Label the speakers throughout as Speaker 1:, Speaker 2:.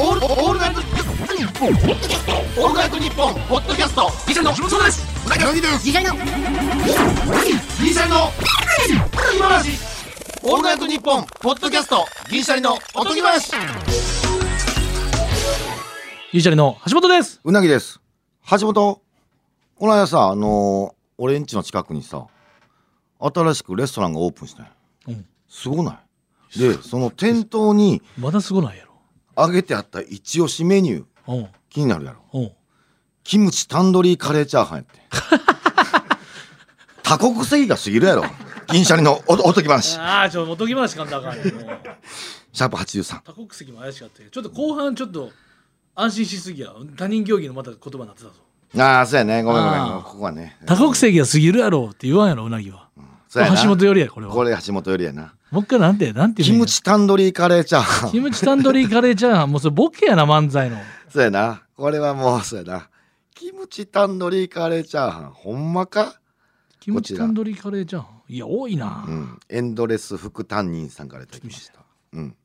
Speaker 1: オールオールナイトニッポンオールナイトニッポンポッドキャストギシャリの木本そうですうなぎの
Speaker 2: 次回の
Speaker 1: ギシャリの今話オールナイトニッポンポッドキャストギシャリのおとぎ話
Speaker 3: ゆうちゃりの橋本です。
Speaker 4: うなぎです。橋本、この間さ、あのー俺ん家の近くにさ、新しくレストランがオープンしたんや
Speaker 3: うん
Speaker 4: すごないで、その店頭に
Speaker 3: まだすごないやろ。
Speaker 4: 揚げてあった一押しメニュー、
Speaker 3: うん。
Speaker 4: 気になるやろ。
Speaker 3: うん。
Speaker 4: キムチタンドリーカレーチャーハンやっ て。多国籍が過ぎるやろ。銀シャリのおおとぎ話。
Speaker 3: ああ、ちょ、おとぎ話かんだ らあかんよ。もう
Speaker 4: シャープ83。
Speaker 3: 多国籍も怪しかったけど、ちょっと後半ちょっと安心しすぎや。他人行儀のまた言葉になってたぞ。
Speaker 4: ああ、そうやね。ごめんごめん
Speaker 3: あー。
Speaker 4: ここはね。
Speaker 3: 多国籍が過ぎるやろって言わんやろ、うなぎは。
Speaker 4: そうやな
Speaker 3: 橋本よりや、これは。
Speaker 4: これ橋本よりやな。
Speaker 3: もう一回なんて、なんて
Speaker 4: キ
Speaker 3: 言う
Speaker 4: ム
Speaker 3: の
Speaker 4: チタンドリーカレーチャーハン
Speaker 3: キ。ムチタンドリーカレーチャーハン。もうそれボケやな、漫才の。
Speaker 4: そうやな。これはもう、そうやな。キムチタンドリーカレーチャーハン、ほんまか
Speaker 3: キムチタンドリーカレーチャーハン。いや、多いな。
Speaker 4: うん。エンドレス副担任さんからいただきまし
Speaker 3: ち
Speaker 4: た。うん。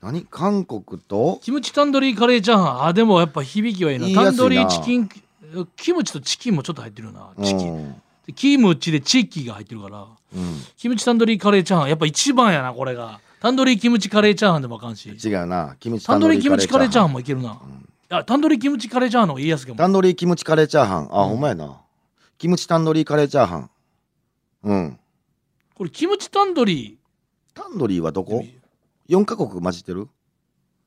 Speaker 4: 何韓国と
Speaker 3: キムチタンドリーカレーチャーハン。あ、でもやっぱ響きはいいな。
Speaker 4: 言いやすいな
Speaker 3: タンドリーチキン、キムチとチキンもちょっと入ってるな。チキ
Speaker 4: う
Speaker 3: ン。
Speaker 4: ん。
Speaker 3: でキムチでチキが入ってるから。
Speaker 4: うん
Speaker 3: キムチタンドリーカレーチャーハンやっぱ一番やなこれがタンドリーキムチカレーチャーハンでもあかんし
Speaker 4: 違うな。キムチ
Speaker 3: タ
Speaker 4: タン
Speaker 3: ンド
Speaker 4: ドリ
Speaker 3: リ
Speaker 4: ー
Speaker 3: ーキ
Speaker 4: キ
Speaker 3: ム
Speaker 4: ム
Speaker 3: チ
Speaker 4: チ
Speaker 3: カ
Speaker 4: カ
Speaker 3: レ
Speaker 4: レー
Speaker 3: ーチ
Speaker 4: チャ
Speaker 3: ャー
Speaker 4: ーハ
Speaker 3: ハン
Speaker 4: ン。
Speaker 3: もいけるな、いやタンドリーキムチカレーチャーハンの方が言いやすいか
Speaker 4: タ
Speaker 3: も
Speaker 4: ンドリーキムチカレーチャーハン。あ、ほんまやな。キムチタンドリーカレーチャーハン。うん。
Speaker 3: これキムチタンドリ
Speaker 4: タンドリーはど
Speaker 3: ー
Speaker 4: こ ?4 カ国混じってる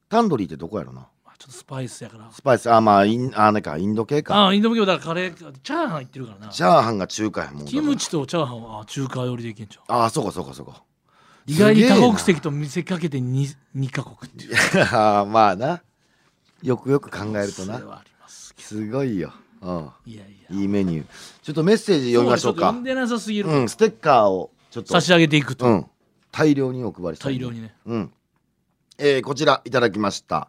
Speaker 4: タンドリーってどこやろな
Speaker 3: まあちょっとスパイスやから
Speaker 4: スパイス、あ、まあ、イン、あ、なんかインド系か。
Speaker 3: ああインド向けもだからカレーチャーハンいってるからな
Speaker 4: チャーハンが中華やもん。
Speaker 3: キムチとチャーハンはあ中華寄りでいけんじゃん
Speaker 4: ああ、そうかそうかそうか。
Speaker 3: 意外に
Speaker 4: すげえ
Speaker 3: 多
Speaker 4: な
Speaker 3: 国籍と見せかけて 2, 二カ国っていう
Speaker 4: ああまあな。よくよく考えると
Speaker 3: それ
Speaker 4: な。
Speaker 3: はあります
Speaker 4: すごいよ。うん。
Speaker 3: いやいや
Speaker 4: いいメニュー。ちょっとメッセージ読みましょう
Speaker 3: そだちっと
Speaker 4: か
Speaker 3: 読ん。でなさすぎる、
Speaker 4: うん、ステッカーをちょっと
Speaker 3: 差。し上げていくと、
Speaker 4: うん。大量にお配りしたい
Speaker 3: 大量にね
Speaker 4: うん。えーこちらいただきました。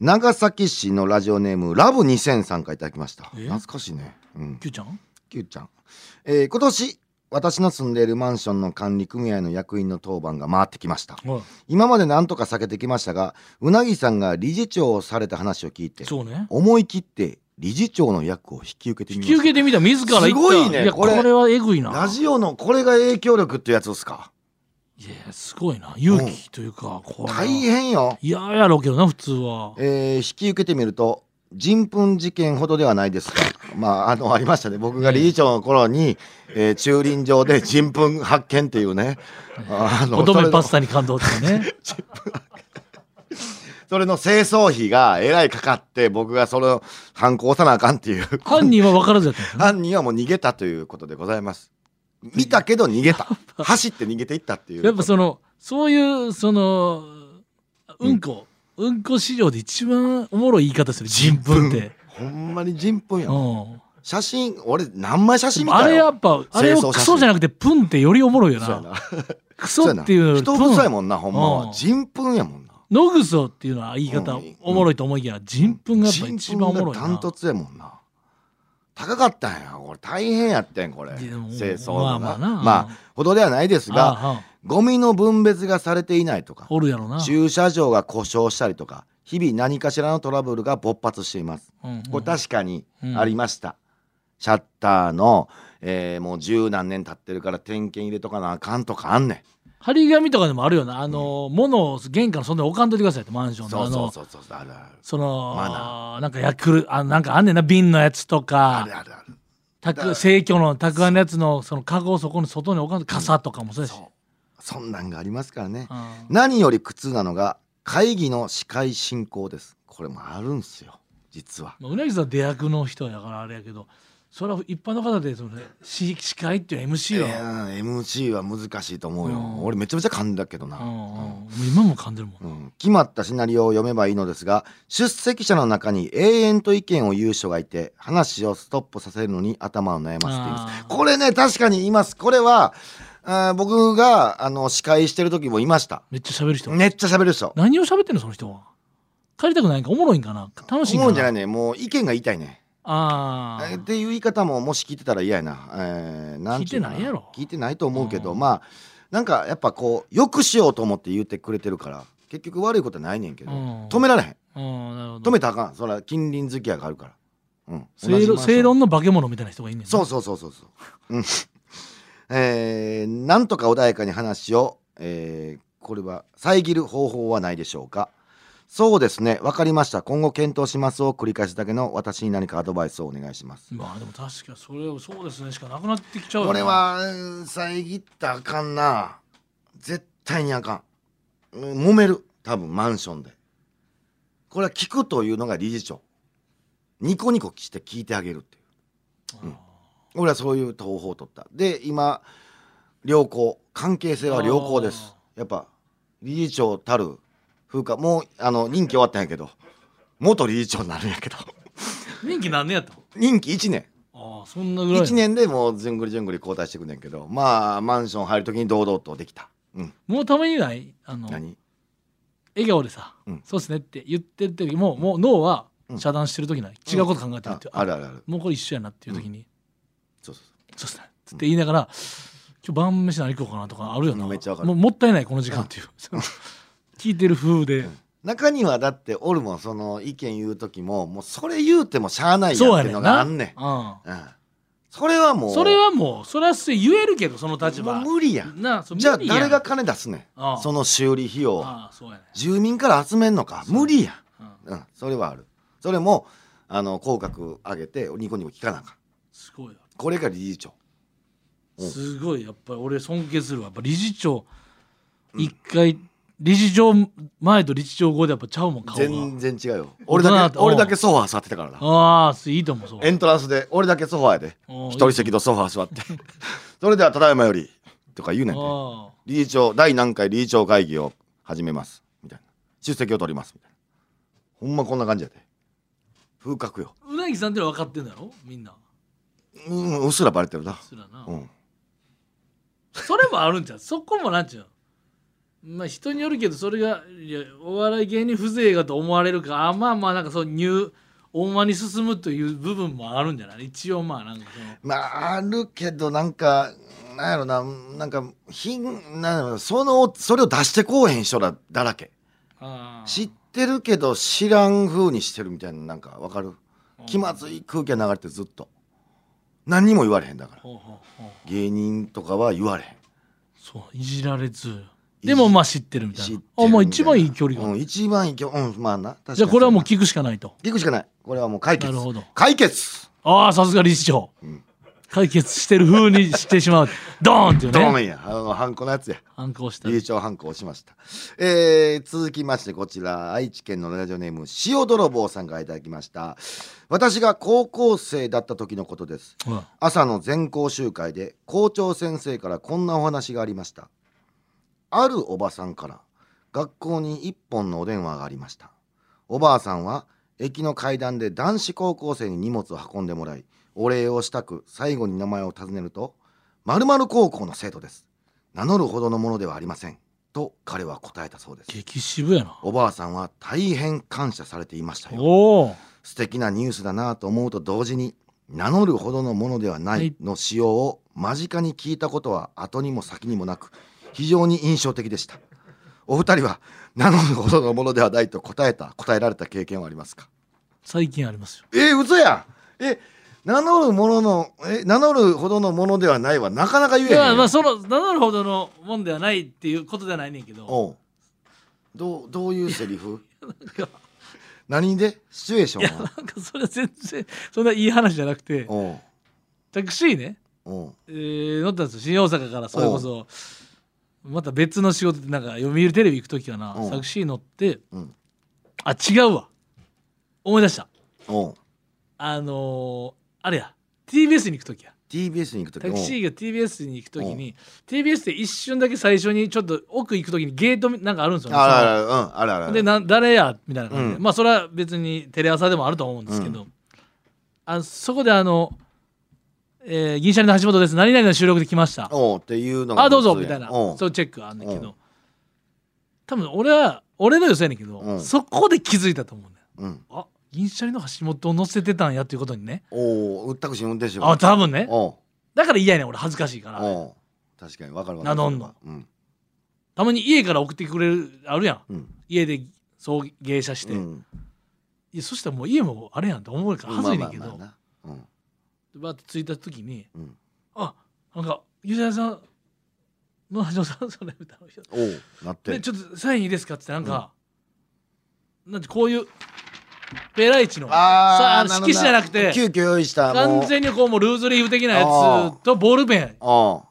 Speaker 4: 長崎市のラジオネームラブ2000さんからいただきました。
Speaker 3: え
Speaker 4: 懐かしいね。うん。
Speaker 3: キューちゃん
Speaker 4: きゅうちゃん。えー今年、私の住んでいるマンションの管理組合の役員の当番が回ってきました。
Speaker 3: は
Speaker 4: 今まで何とか避けてきましたがうなぎさんが理事長をされた話を聞いて
Speaker 3: いそうね
Speaker 4: 思い切って理事長の役を引き受けて
Speaker 3: 引
Speaker 4: み
Speaker 3: き受
Speaker 4: まし
Speaker 3: けてみた自ら行った
Speaker 4: すごいね
Speaker 3: やこ
Speaker 4: こ
Speaker 3: れ
Speaker 4: れ
Speaker 3: はえぐいな
Speaker 4: たラジオのこれが影響力ってやつですか
Speaker 3: いやすごいな勇気というか、これは
Speaker 4: 大変よ、
Speaker 3: いややろうけどな普通は
Speaker 4: えー引き受けてみると人糞事件ほどではないですがまああのありましたね僕が理事長の頃に、えー駐輪場で人糞発見っていうねあの
Speaker 3: 乙
Speaker 4: それ
Speaker 3: 女
Speaker 4: の
Speaker 3: パスタに感動と かね
Speaker 4: それの清掃費がえらいかかって僕がそれを反抗さなあかんっていう
Speaker 3: 犯人は分からずやったんですね
Speaker 4: 犯人はもう逃げたということでございます見たけど逃げた走って逃げていったっていう
Speaker 3: やっぱそのそういうそのうんこ、うん、こ市場で一番おもろい言い方する人糞って、
Speaker 4: ほんまに人糞や
Speaker 3: うん
Speaker 4: 写真俺何枚写真見
Speaker 3: ん、あ
Speaker 4: た
Speaker 3: れや
Speaker 4: よ
Speaker 3: っぱあれをクソじゃなくてプンってよりおもろいよ
Speaker 4: そうやな
Speaker 3: なクソっていうよりプ
Speaker 4: 人臭い
Speaker 3: ン
Speaker 4: もんなほんま
Speaker 3: うん
Speaker 4: は人糞やもんな
Speaker 3: ノグソっていうのは言い方
Speaker 4: うん
Speaker 3: おもろいと思いきや人糞がやっぱ一番おもろい
Speaker 4: ダン
Speaker 3: な
Speaker 4: トツやもんな高かったんやこれ大変やってんこれ
Speaker 3: いや
Speaker 4: 清
Speaker 3: でも
Speaker 4: 掃
Speaker 3: ま
Speaker 4: の
Speaker 3: あまあ
Speaker 4: な
Speaker 3: な
Speaker 4: まあほどではないです
Speaker 3: あ
Speaker 4: が
Speaker 3: あ
Speaker 4: ゴミの分別がされていないとか
Speaker 3: おるやろな、
Speaker 4: 駐車場が故障したりとか日々何かしらのトラブルが勃発しています
Speaker 3: うんうん
Speaker 4: これ確かにありました、シャッターの、えーもう十何年経ってるから点検入れとかなあかんとかあんね
Speaker 3: 張り紙とかでもあるよなあの、物を玄関のそんなに置かんといてくださいってマンショ
Speaker 4: ん
Speaker 3: ンの
Speaker 4: そ
Speaker 3: あ
Speaker 4: う
Speaker 3: の
Speaker 4: そうそうそうあるある
Speaker 3: その
Speaker 4: マ
Speaker 3: なんかヤクルあなんかあんねんな瓶のやつと
Speaker 4: ある
Speaker 3: か
Speaker 4: あるある
Speaker 3: た
Speaker 4: だか
Speaker 3: く
Speaker 4: ら
Speaker 3: 生協のたくあんのやつのそのカゴをそこの外に置かんと傘とかもそうやし、
Speaker 4: そうそんなんがありますからね、
Speaker 3: うん
Speaker 4: 何より苦痛なのが会議の司会進行ですこれもあるんすよ実は
Speaker 3: まあうなぎさんは出役の人やからあれやけどそれは一般の方でその、ね、司司会っていう MC
Speaker 4: いや
Speaker 3: は、
Speaker 4: ー MC は難しいと思うよ、
Speaker 3: うん
Speaker 4: 俺めちゃめちゃ噛んだけどな、
Speaker 3: うんう
Speaker 4: う
Speaker 3: ん
Speaker 4: ん
Speaker 3: もう今も感じるもん、
Speaker 4: うん決まったシナリオを読めばいいのですが出席者の中に永遠と意見を言う人がいて話をストップさせるのに頭を悩ませていま
Speaker 3: あ
Speaker 4: す
Speaker 3: ー
Speaker 4: これね確かに言いますこれはあー僕があの司会してる時もいました
Speaker 3: めっちゃ喋る人、
Speaker 4: めっちゃ喋る人
Speaker 3: 何を喋ってんのその人は帰りたくないんかおもろいんかな楽しいんか
Speaker 4: 思うんじゃない
Speaker 3: い
Speaker 4: ねもう意見が言いたいね
Speaker 3: あ
Speaker 4: えー
Speaker 3: ー
Speaker 4: っていう言い方ももし聞いてたら嫌やな,、えーんうの
Speaker 3: 聞いてないやろ
Speaker 4: 聞いてないと思うけど
Speaker 3: うん
Speaker 4: まあなんかやっぱこうよくしようと思って言ってくれてるから結局悪いことはないねんけど、
Speaker 3: うん
Speaker 4: 止められへん
Speaker 3: うんなるほど
Speaker 4: 止めたらあかんそれは近隣付き合いがあるから、うん、同
Speaker 3: 正
Speaker 4: じマン
Speaker 3: 論
Speaker 4: ション
Speaker 3: 正論の化け物みたいな人がいんねんな
Speaker 4: そうそうそうそうそううんえーなんとか穏やかに話を、えーこれは遮る方法はないでしょうかそうですねわかりました今後検討しますを繰り返すだけの私に何かアドバイスをお願いします
Speaker 3: まあでも確かにそれをそうですねしかなくなってきちゃうよな
Speaker 4: これはうん遮ったらあかんな絶対にあかんうん揉める多分マンションでこれは聞くというのが理事長ニコニコして聞いてあげるっていう
Speaker 3: うん
Speaker 4: 俺はそういう方法を取ったで今良好関係性は良好ですやっぱ理事長たる風化もうあの任期終わったんやけど元理事長になるんやけど
Speaker 3: 人気何年やった
Speaker 4: 任期1年
Speaker 3: ああそんなぐらい
Speaker 4: 1年でもうずんぐりずんぐり交代してくんねんけどまあマンション入る時に堂々とできたうん
Speaker 3: もうためにないあの笑
Speaker 4: 何
Speaker 3: 顔でさ、
Speaker 4: うん
Speaker 3: そうですねって言ってる時ももう脳は
Speaker 4: うん
Speaker 3: 遮断してる時ない、違うこと考えてるっ
Speaker 4: あ
Speaker 3: ていう、
Speaker 4: あるあるある
Speaker 3: もうこれ一緒やなっていう時に、
Speaker 4: そうそうそ
Speaker 3: そうっすねつって言いながら、今日晩飯何食おうかなとかあるよな、
Speaker 4: うんめっちゃわかる
Speaker 3: もうもったいないこの時間っていう、 聞いてる風で、
Speaker 4: う中にはだって俺もその意見言う時ももうそれ言うてもしゃあないやん
Speaker 3: そう
Speaker 4: っ
Speaker 3: や
Speaker 4: てい
Speaker 3: ね
Speaker 4: うんの
Speaker 3: な
Speaker 4: があんね
Speaker 3: うん
Speaker 4: ん、うん、それはもう
Speaker 3: それはもうそれは言えるけどその立場
Speaker 4: もう無理やん
Speaker 3: なそう
Speaker 4: じゃあ
Speaker 3: 無理やん
Speaker 4: 誰が金出すねん
Speaker 3: ああ
Speaker 4: その修理費用
Speaker 3: ああそうやね、
Speaker 4: 住民から集めんのか無理や
Speaker 3: うん、
Speaker 4: ん、うん、それはあるそれもあの口角上げてニコニコ聞かなあかん
Speaker 3: すごいわ
Speaker 4: これが理事長うん
Speaker 3: すごいやっぱり俺尊敬するわやっぱ理事長一回理事長前と理事長後でやっぱちゃうもん顔が
Speaker 4: 全然違うよ
Speaker 3: 大
Speaker 4: 俺
Speaker 3: 人だ
Speaker 4: だ
Speaker 3: と
Speaker 4: け俺だけソファー座ってたからな
Speaker 3: ああすいいと思うそう
Speaker 4: エントランスで俺だけソファーやで
Speaker 3: おう
Speaker 4: 一人席とソファー座って それではただいまよりとか言うねんて
Speaker 3: あ
Speaker 4: 理事長第何回理事長会議を始めますみたいな出席を取りますみたいなほんまこんな感じやで風格よ
Speaker 3: あうなぎさんってのは分かってんだろみんな
Speaker 4: うんうっすらバレてるな
Speaker 3: すらな、
Speaker 4: うん
Speaker 3: それもあるんじゃうそこもなんちゅうのまあ人によるけどそれがいやお笑い芸人風情がと思われるかあまあまあなんかそう入大間に進むという部分もあるんじゃない一応まあなんかその
Speaker 4: まああるけどなんかなんやろななんか品なんやろそのそれを出してこうへん人らだらけ
Speaker 3: ああ
Speaker 4: 知ってるけど知らん風にしてるみたいななんかわかる気まずい空気が流れてずっと何にも言われへんだから
Speaker 3: ほうほうほう
Speaker 4: 芸人とかは言われへん
Speaker 3: そういじられずでもまあ知ってるみたい
Speaker 4: 知
Speaker 3: な
Speaker 4: ってる
Speaker 3: あまあ一番いい距離
Speaker 4: う
Speaker 3: が、
Speaker 4: ん、一番いい距離うんまあな確かに
Speaker 3: じゃあこれはもう聞くしかないと
Speaker 4: 聞くしかないこれはもう解決
Speaker 3: なるほど
Speaker 4: 解決
Speaker 3: ああさすが理事長、解決してる風にしてしまうドーンっていう
Speaker 4: ドー
Speaker 3: ね
Speaker 4: ンやあのハンコのやつや
Speaker 3: 反抗した
Speaker 4: 理事長反抗しました、えー続きましてこちら愛知県のラジオネーム塩泥棒さんからいただきました私が高校生だった時のことです
Speaker 3: うん
Speaker 4: 朝の全校集会で校長先生からこんなお話がありましたあるおばさんから学校に一本のお電話がありましたおばあさんは駅の階段で男子高校生に荷物を運んでもらいお礼をしたく最後に名前を尋ねると「〇〇高校の生徒です名乗るほどのものではありません」と彼は答えたそうです
Speaker 3: 激渋やな
Speaker 4: おばあさんは大変感謝されていましたよ
Speaker 3: おお
Speaker 4: 素敵なニュースだなと思うと同時に名乗るほどのものではな
Speaker 3: はい
Speaker 4: いの使用を間近に聞いたことは後にも先にもなく非常に印象的でしたお二人は名乗るほどのものではないと答えた答えられた経験はありますか
Speaker 3: 最近ありますよ
Speaker 4: えー、嘘やんえ名乗るもののえ名乗るほどのものではないはなかなか言えへん
Speaker 3: いや
Speaker 4: よ
Speaker 3: まあその名乗るほどのもんではないっていうことではないねんけど
Speaker 4: おうどうどういうセリフ何でシチュエーションは
Speaker 3: なんかそれは全然そんないい話じゃなくて
Speaker 4: おう
Speaker 3: タクシーね、
Speaker 4: おう
Speaker 3: えー乗ったんですよ新大阪からそれこそまた別の仕事でなんか読売テレビ行く時かな
Speaker 4: うん
Speaker 3: タクシー乗って
Speaker 4: うん
Speaker 3: あ違うわ思い出した
Speaker 4: おう
Speaker 3: あのーあれや TBS に行く時や
Speaker 4: TBS に行くとき
Speaker 3: タクシーが TBS に行く時に TBS で一瞬だけ最初にちょっと奥行く時にゲートみなんかあるんですよね
Speaker 4: あらあら、うん、あらあら。
Speaker 3: でな誰やみたいな感じで、
Speaker 4: うん
Speaker 3: まあそれは別にテレ朝でもあると思うんですけど、あそこであの、えー銀シャリの橋本です何々の収録で来ました
Speaker 4: おうっていうのが
Speaker 3: あどうぞ
Speaker 4: 普
Speaker 3: み
Speaker 4: 通や
Speaker 3: たいな
Speaker 4: おう
Speaker 3: そうチェックあんねんけ
Speaker 4: うん
Speaker 3: ど多分俺は俺の予想やねんけど、
Speaker 4: うん
Speaker 3: そこで気づいたと思うんだよ
Speaker 4: うん。
Speaker 3: あ銀シャリの橋本を乗せてたんやっていうことにね
Speaker 4: おう、タクシーの運転手が
Speaker 3: あ多分ね
Speaker 4: おう、
Speaker 3: だから嫌やねん俺恥ずかしいから
Speaker 4: おう。確かに、わかるわかる。
Speaker 3: 名乗んの
Speaker 4: うん。
Speaker 3: たまに家から送ってくれるあるやん
Speaker 4: うん
Speaker 3: 家で送迎車して、
Speaker 4: う
Speaker 3: い
Speaker 4: ん
Speaker 3: やそしたらもう家もあれやんって思うから
Speaker 4: まあ
Speaker 3: は
Speaker 4: ま
Speaker 3: ず
Speaker 4: あ
Speaker 3: いね
Speaker 4: まあ
Speaker 3: んけど、
Speaker 4: なうん
Speaker 3: バーって着いた時に
Speaker 4: うん
Speaker 3: 「あなんか吉田さんの橋さんそれ」みたいな
Speaker 4: おうなっ
Speaker 3: で
Speaker 4: て
Speaker 3: ちょっとサインいいですか?」ってなんか、なんてこういうペライチのさあ
Speaker 4: ーなるほど
Speaker 3: 色紙じゃなくて
Speaker 4: 急遽用意したもう
Speaker 3: 完全にこうもうルーズリーフ的な
Speaker 4: あ
Speaker 3: や
Speaker 4: ー
Speaker 3: つとボールペン
Speaker 4: あ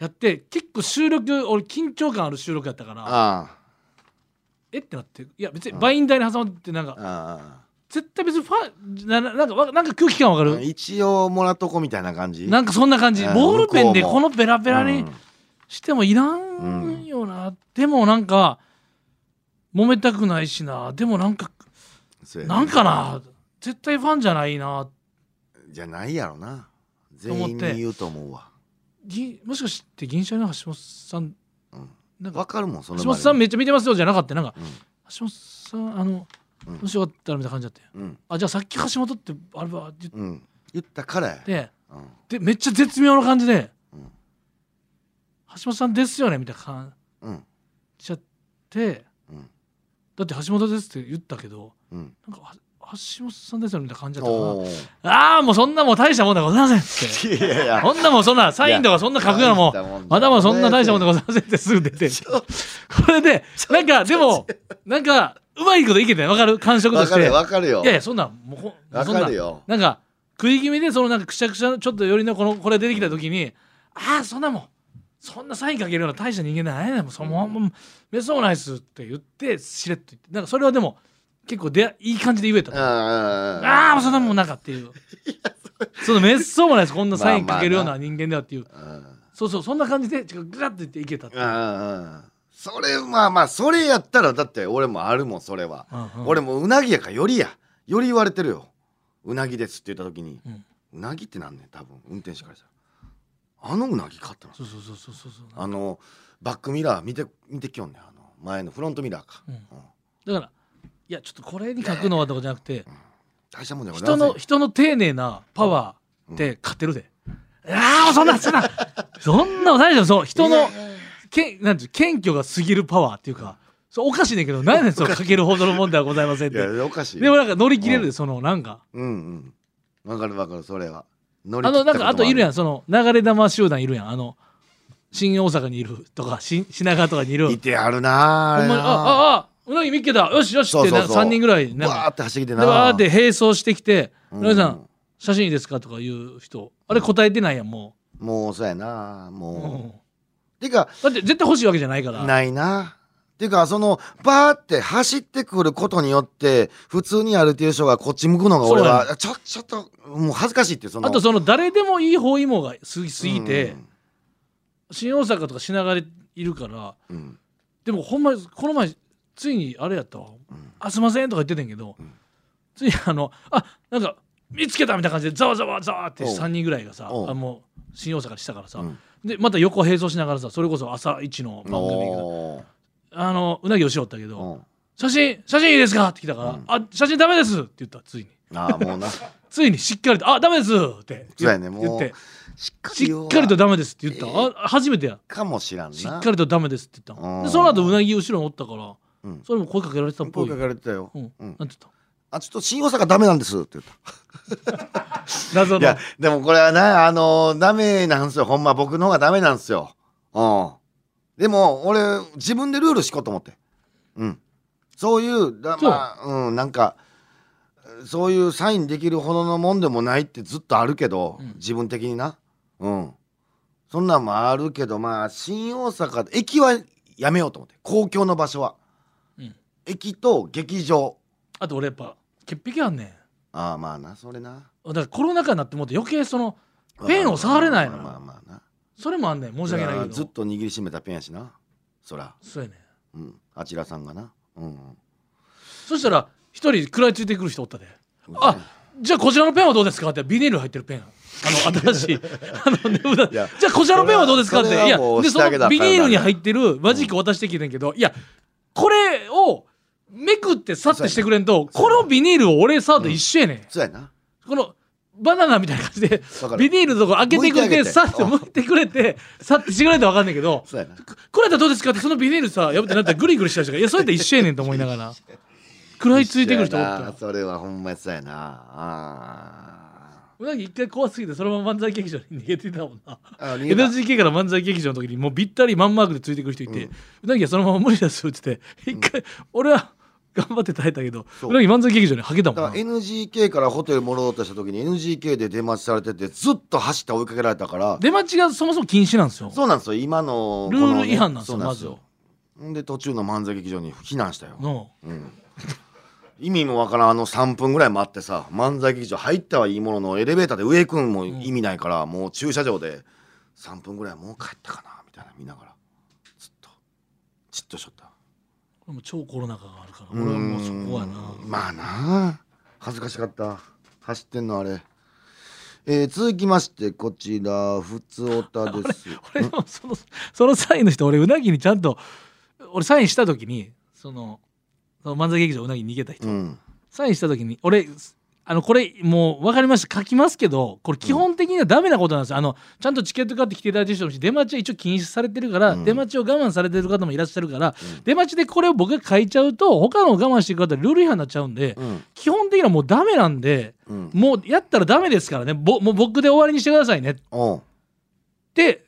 Speaker 3: やって結構収録俺緊張感ある収録やったから
Speaker 4: あ
Speaker 3: えってなっていや別にバインダーに挟まってなん
Speaker 4: あ
Speaker 3: か
Speaker 4: あ
Speaker 3: 絶対別にファンなななんかわなんか空気感わか
Speaker 4: あ
Speaker 3: る
Speaker 4: 一応もらっとこみたいな感じ
Speaker 3: なんかそんな感じ
Speaker 4: うん
Speaker 3: ボールペンで
Speaker 4: 向こう
Speaker 3: こ
Speaker 4: も
Speaker 3: のペラペラに
Speaker 4: うん
Speaker 3: してもいらんよな、でもなんか揉めたくないしなでもなんか
Speaker 4: そうやね
Speaker 3: なんかな絶対ファンじゃないな
Speaker 4: じゃないやろな
Speaker 3: 思っ
Speaker 4: 全
Speaker 3: て
Speaker 4: 員に言うと思うわ
Speaker 3: ぎもしかして銀シャリの橋本さん
Speaker 4: うん
Speaker 3: なん
Speaker 4: わ
Speaker 3: か
Speaker 4: かるもんその
Speaker 3: 橋
Speaker 4: 場
Speaker 3: 本
Speaker 4: で
Speaker 3: さんめっちゃ見てますよじゃなかったなんか
Speaker 4: うん
Speaker 3: 橋本さんあの、
Speaker 4: うん
Speaker 3: もしよかったらみたいな感じだったよ
Speaker 4: うん
Speaker 3: あじゃあさっき橋本ってあればって言
Speaker 4: うん言ったからや
Speaker 3: って
Speaker 4: うん
Speaker 3: でめっちゃ絶妙な感じで、
Speaker 4: うん
Speaker 3: 橋本さんですよねみたいな感
Speaker 4: うん
Speaker 3: じちゃって
Speaker 4: うん
Speaker 3: だって橋本ですって言ったけど
Speaker 4: うん
Speaker 3: なんかは橋本さんですよねみたいな感じだったから
Speaker 4: おー
Speaker 3: ああーもうそんなもう大したもんだございませんっ て
Speaker 4: いやいや
Speaker 3: そんなもうそんなサインとかそんな書くようなもんまだまだそんな大したもんでございませんってすぐ出てる
Speaker 4: ちょ
Speaker 3: これでなんかでもなんかうまいこといけてわかる感触と
Speaker 4: わ
Speaker 3: し
Speaker 4: か
Speaker 3: て
Speaker 4: る
Speaker 3: い
Speaker 4: よわかるよ
Speaker 3: やいやそんなんもうほ
Speaker 4: わ
Speaker 3: そんな
Speaker 4: か
Speaker 3: ん
Speaker 4: るよ
Speaker 3: なんか食い気味でそのなんかくしゃくしゃのちょっと寄りのこのこれ出てきた時にああそんなもんそんなサインかけるような大した人間じゃないねもうそのもうめそうもないっすって言ってしれっと言ってなんかそれはでも結構でいい感じで言えたあ
Speaker 4: あ
Speaker 3: あもうそんなもんなんかって いうそのめっそうもないですこんなサインかけるような人間ではっていうそうそうそんな感じでちょっとグラッと言っていけたっていう
Speaker 4: それまあまあそれやったらだって俺もあるもんそれは、
Speaker 3: うんうん
Speaker 4: 俺もうなぎやからよりやより言われてるようなぎですって言った時に、
Speaker 3: うん
Speaker 4: うなぎってなんねん多分運転手からしたらあのうなぎ買ったの
Speaker 3: そうそうそうそうそうそう
Speaker 4: あのバックミラー見て見てきよんねんあの前のフロントミラーか、
Speaker 3: うん
Speaker 4: うん
Speaker 3: だからいやちょっとこれに書くのはとかじゃなくて
Speaker 4: 大したもんでございま
Speaker 3: 人
Speaker 4: せん
Speaker 3: の人の丁寧なパワーで勝てるで、ああそんなそんな そんな大丈夫そう人のけんなんていう謙虚が過ぎるパワーっていうかそうおかしいねんけど何年そのかけるほどのもんではございませんっ
Speaker 4: いやい
Speaker 3: て
Speaker 4: やおかしい
Speaker 3: でもなんか乗り切れるで、
Speaker 4: うん
Speaker 3: そのなんか
Speaker 4: うんうんわかるわかるそれは乗り
Speaker 3: あ
Speaker 4: 切
Speaker 3: の
Speaker 4: ったこ
Speaker 3: なん
Speaker 4: も
Speaker 3: かあといるやんその流れ玉集団いるやんあの新大阪にいるとか新品川とかにいる
Speaker 4: いてあるな
Speaker 3: ほんまにあ
Speaker 4: あ
Speaker 3: ああうなぎ見っけたよしよし
Speaker 4: そ
Speaker 3: っ
Speaker 4: う
Speaker 3: て
Speaker 4: そう
Speaker 3: なん
Speaker 4: そう
Speaker 3: か3人ぐらい
Speaker 4: れ
Speaker 3: なんか
Speaker 4: わーって走ってきてな
Speaker 3: でわーって並走してきて「
Speaker 4: う
Speaker 3: 野上さん写真いいですか?」とか言う人あれ答えてないやんも
Speaker 4: もうそうやな
Speaker 3: う、う
Speaker 4: も
Speaker 3: ん
Speaker 4: うてか
Speaker 3: だって絶対欲しいわけじゃないから
Speaker 4: ないなてかそのバーって走ってくることによって普通に歩いてる人がこっち向くのが俺
Speaker 3: そう
Speaker 4: はちょちょっともう恥ずかしいってその
Speaker 3: あとその誰でもいい包囲網が過ぎすぎて、
Speaker 4: うん
Speaker 3: 新大阪とか品川でいるから
Speaker 4: うん
Speaker 3: でもほんまにこの前ついにあれやったわ
Speaker 4: うん
Speaker 3: 「あすいません」とか言ってたんやけど、
Speaker 4: うん
Speaker 3: ついにあの「あなんか見つけた」みたいな感じでざわざわざわって
Speaker 4: おう
Speaker 3: 3人ぐらいがさ
Speaker 4: おう
Speaker 3: あもう新大阪にしたからさ、
Speaker 4: うん
Speaker 3: でまた横並走しながらさそれこそ朝一の番組が
Speaker 4: おー
Speaker 3: あのうなぎをしよったけど、
Speaker 4: うん
Speaker 3: 写真写真いいですかって来たから
Speaker 4: う
Speaker 3: 「
Speaker 4: ん
Speaker 3: あ写真ダメです」って言ったついに
Speaker 4: あーもうなそ
Speaker 3: ついに しっかりと「あダメです」って
Speaker 4: うやね
Speaker 3: 言
Speaker 4: も
Speaker 3: っ
Speaker 4: う
Speaker 3: て
Speaker 4: しっか
Speaker 3: し
Speaker 4: りよ
Speaker 3: っかりと「ダメです」って言った、
Speaker 4: え
Speaker 3: あ初めてや
Speaker 4: かもしらんな
Speaker 3: しっかりと「ダメです」って言った
Speaker 4: う
Speaker 3: の
Speaker 4: ん
Speaker 3: でその後うなぎ後ろにおったから
Speaker 4: うん
Speaker 3: それも声かけられてたっぽ
Speaker 4: 声
Speaker 3: い
Speaker 4: かけられてたよ、
Speaker 3: うん
Speaker 4: うん
Speaker 3: なんて言っ
Speaker 4: あちょっと新大阪ダメなんですって言った
Speaker 3: た謎
Speaker 4: い
Speaker 3: の
Speaker 4: やでもこれはねあのダメなんですよほんま僕の方がダメなんですようんでも俺自分でルールしこうと思ってうんそういうだ
Speaker 3: そう
Speaker 4: まあうんなんかそういうサインできるほどのもんでもないってずっとあるけど、
Speaker 3: うん
Speaker 4: 自分的になうんそんなんもあるけどまあ新大阪で駅はやめようと思って公共の場所は、
Speaker 3: うん
Speaker 4: 駅と劇場
Speaker 3: あと俺やっぱ潔癖あんねん
Speaker 4: ああまあなそれな
Speaker 3: だからコロナ禍になってもって余計そのペンを触れないのよ
Speaker 4: まあまあまあな
Speaker 3: それもあんねん申し訳ないけど
Speaker 4: ずっと握りしめたペンやしなそら、
Speaker 3: そうやねん
Speaker 4: うん、あちらさんがな、うん、
Speaker 3: そしたら一人食らいついてくる人おったであじゃあこちらのペンはどうですかってビニール入ってるペンあの新しいあの、ね、普段
Speaker 4: いや
Speaker 3: じゃあこちらのペンはどうですかってい
Speaker 4: それは
Speaker 3: や
Speaker 4: もう
Speaker 3: でそ
Speaker 4: 押してあげたらあか
Speaker 3: の
Speaker 4: ん
Speaker 3: ビ
Speaker 4: な
Speaker 3: ニールに入ってるマジック渡してきてんけど、いやこれをめくってさってしてくれんとこのビニールを俺さと一緒やねん、
Speaker 4: そうやな
Speaker 3: このバナナみたいな感じで
Speaker 4: わかる
Speaker 3: ビニールのとこ開けてくれ
Speaker 4: 剥いてあげ
Speaker 3: て
Speaker 4: て
Speaker 3: さって剥いてくれてさってしてくれたら分かんないけど
Speaker 4: そうやな
Speaker 3: これやったらどうですかってそのビニールさやぶってなったらグリグリした人がいやそれやったら一緒やねんと思いなが ら食らいついてくる人おった
Speaker 4: 一緒や
Speaker 3: よ
Speaker 4: なそれはほんまそうやなあ
Speaker 3: うなぎ一回怖すぎてそのまま漫才劇場に逃げてたもんな
Speaker 4: ーあー逃げた
Speaker 3: NGK から漫才劇場の時にもうぴったりマンマークでついてくる人いて、うなぎはそのまま無理ですよって言って一回、俺は頑張って耐えたけどう
Speaker 4: そう
Speaker 3: なぎ漫才劇場にはけたも
Speaker 4: だ
Speaker 3: ん
Speaker 4: か
Speaker 3: な
Speaker 4: ら NGK からホテル戻ろうとした時に NGK で出待ちされててずっと走って追いかけられたから
Speaker 3: 出待ちがそもそも禁止なんですよ
Speaker 4: そうなんですよ今の
Speaker 3: ルール違反なんです
Speaker 4: そ
Speaker 3: よ
Speaker 4: う
Speaker 3: まずよ
Speaker 4: んで途中の漫才劇場に避難したよ
Speaker 3: の
Speaker 4: 意味もわからんあの3分ぐらい待ってさ漫才劇場入ったはいいもののエレベーターで上行くんも意味ないから、もう駐車場で3分ぐらいもう帰ったかなみたいな見ながらずっとじっとしとった
Speaker 3: これも超コロナ禍があるから俺はもうそこはな
Speaker 4: まあな恥ずかしかった走ってんのあれ、えー続きましてこちらふつおたです
Speaker 3: 俺でもそのそのサインの人俺うなぎにちゃんと俺サインした時にそのその漫才劇場うなぎに逃げた人、
Speaker 4: うん
Speaker 3: サインした時に俺あのこれもう分かりました書きますけどこれ基本的にはダメなことなんですよ、あのちゃんとチケット買って来ていただいてる人もいるし出待ちは一応禁止されてるから、
Speaker 4: うん
Speaker 3: 出待ちを我慢されてる方もいらっしゃるから、出待ちでこれを僕が書いちゃうと他のを我慢していく方はルール違反になっちゃうんで、
Speaker 4: うん
Speaker 3: 基本的にはもうダメなんで
Speaker 4: うん
Speaker 3: もうやったらダメですからねぼもう僕で終わりにしてくださいねっ
Speaker 4: おう
Speaker 3: って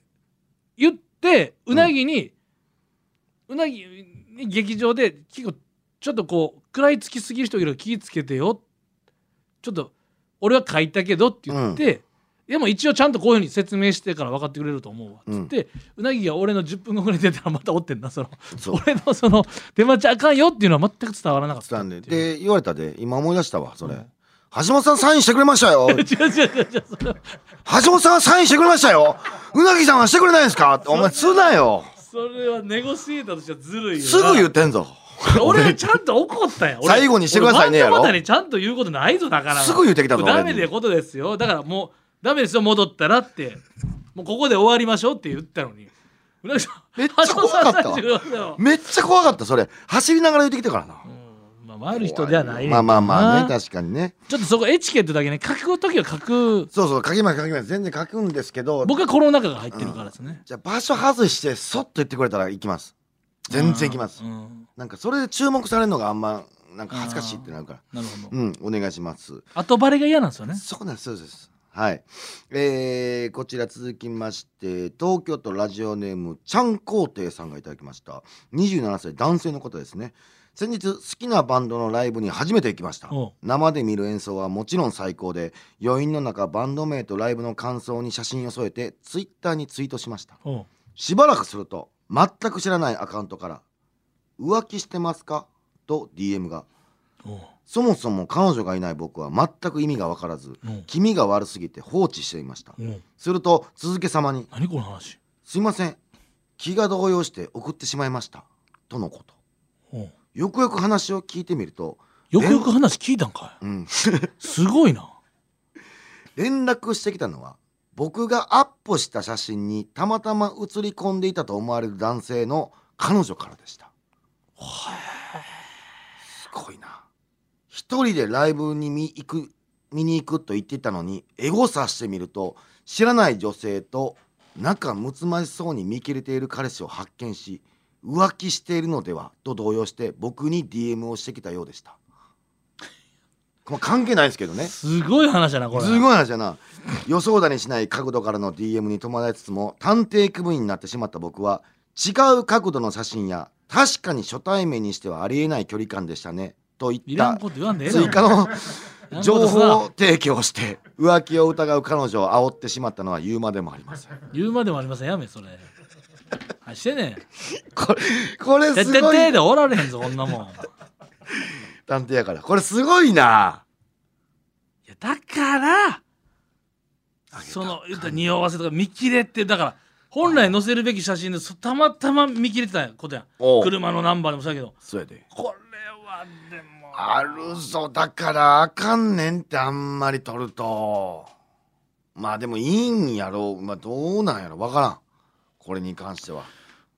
Speaker 3: 言ってうなぎに、うなぎに劇場で結構ちょっとこう食らいつきすぎる人いるから気ぃつけてよちょっと俺は書いたけどって言って、でも一応ちゃんとこういうふうに説明してから分かってくれると思うわっつって、うなぎが俺の10分後ぐらい出たらまたおってんなその
Speaker 4: そう
Speaker 3: 俺のその出待ちあかんよっていうのは全く伝わらなかった
Speaker 4: な
Speaker 3: っ
Speaker 4: ん
Speaker 3: てい
Speaker 4: で
Speaker 3: う
Speaker 4: で言われたで今思い出したわそれ、
Speaker 3: うん
Speaker 4: 橋本さんサインしてくれましたよ橋
Speaker 3: 違う違う違う違うそれは
Speaker 4: 本さんはサインしてくれましたようなぎさんはしてくれないんですかお前すなよ
Speaker 3: それはネゴシエーターとしてはずるいよな
Speaker 4: すぐ言ってんぞ
Speaker 3: 俺はちゃんと怒ったよ。俺
Speaker 4: 最後にしてくださいね
Speaker 3: 俺
Speaker 4: やろ
Speaker 3: またまたにちゃんと言うことないぞだから。
Speaker 4: すぐ言ってきたぞ
Speaker 3: もうダ
Speaker 4: 俺
Speaker 3: メ
Speaker 4: に
Speaker 3: でことですよ。だからもうダメですよ戻ったらって。もうここで終わりましょうって言ったのに。めっち
Speaker 4: めっちゃ怖かったわめっちゃ怖かったそれ走りながら言ってきたからな
Speaker 3: まあ悪い人ではないねんけ
Speaker 4: まあ
Speaker 3: どな。
Speaker 4: まあまあね確かにね
Speaker 3: ちょっとそこエチケットだけね書くときは書く。
Speaker 4: そうそう書きます書きます全然書くんですけど
Speaker 3: 僕はコロナ禍が入ってるからですね。
Speaker 4: じゃあ場所外してそっと言ってくれたら行きます全然行きます
Speaker 3: うん
Speaker 4: なんかそれで注目されるのがあんまなんか恥ずかしいってなるから
Speaker 3: なるほど。
Speaker 4: うんお願いします
Speaker 3: 後バレが嫌なんですよね。
Speaker 4: そうなんですそうですはいえーこちら続きまして東京都ラジオネームちゃんこうていさんがいただきました27歳男性の方ですね先日好きなバンドのライブに初めて行きました
Speaker 3: おう
Speaker 4: 生で見る演奏はもちろん最高で余韻の中バンド名とライブの感想に写真を添えてツイッターにツイートしました
Speaker 3: おう
Speaker 4: しばらくすると全く知らないアカウントから「浮気してますか?」と DM が
Speaker 3: おう
Speaker 4: そもそも彼女がいない僕は全く意味が分からず
Speaker 3: うん
Speaker 4: 気味が悪すぎて放置していました
Speaker 3: おう
Speaker 4: すると続け様に
Speaker 3: 何この話。
Speaker 4: 「すいません気が動揺して送ってしまいました」とのこと
Speaker 3: おう
Speaker 4: よくよく話を聞いてみると、
Speaker 3: よくよく話聞いたんか
Speaker 4: うん
Speaker 3: い。すごいな。
Speaker 4: 連絡してきたのは僕がアップした写真にたまたま写り込んでいたと思われる男性の彼女からでしたすごいな一人でライブに見行く見に行くと言っていたのにエゴさしてみると知らない女性と仲睦まじそうに見切れている彼氏を発見し浮気しているのではと動揺して僕に DM をしてきたようでした、 まあ、関係ないですけどね
Speaker 3: すごい話だなこれ
Speaker 4: すごい話だな予想だにしない角度からの DM に戸惑いつつも探偵区分になってしまった僕は違う角度の写真や確かに初対面にしてはありえない距離感でしたねとい
Speaker 3: い
Speaker 4: っ
Speaker 3: らん
Speaker 4: た
Speaker 3: こと言わんでええ
Speaker 4: 追加
Speaker 3: な
Speaker 4: の情報提供をして浮気を疑う彼女を煽ってしまったのは言うまでもありません
Speaker 3: 言うまでもありませんやめそれはいしてね
Speaker 4: これこれ
Speaker 3: んてっ
Speaker 4: す
Speaker 3: てっ
Speaker 4: ごい
Speaker 3: てでおられへんぞこんなもんい
Speaker 4: 探偵やからこれすごいな
Speaker 3: やだからその言ったら匂わせとか見切れってだから本来載せるべき写真でそたまたま見切れてたことやん
Speaker 4: おう
Speaker 3: 車のナンバーでもそうやけど
Speaker 4: そうやで
Speaker 3: これはでも
Speaker 4: あるぞだからあかんねんってあんまり取るとまあでもいいんやろうまあどうなんやろわからんこれに関しては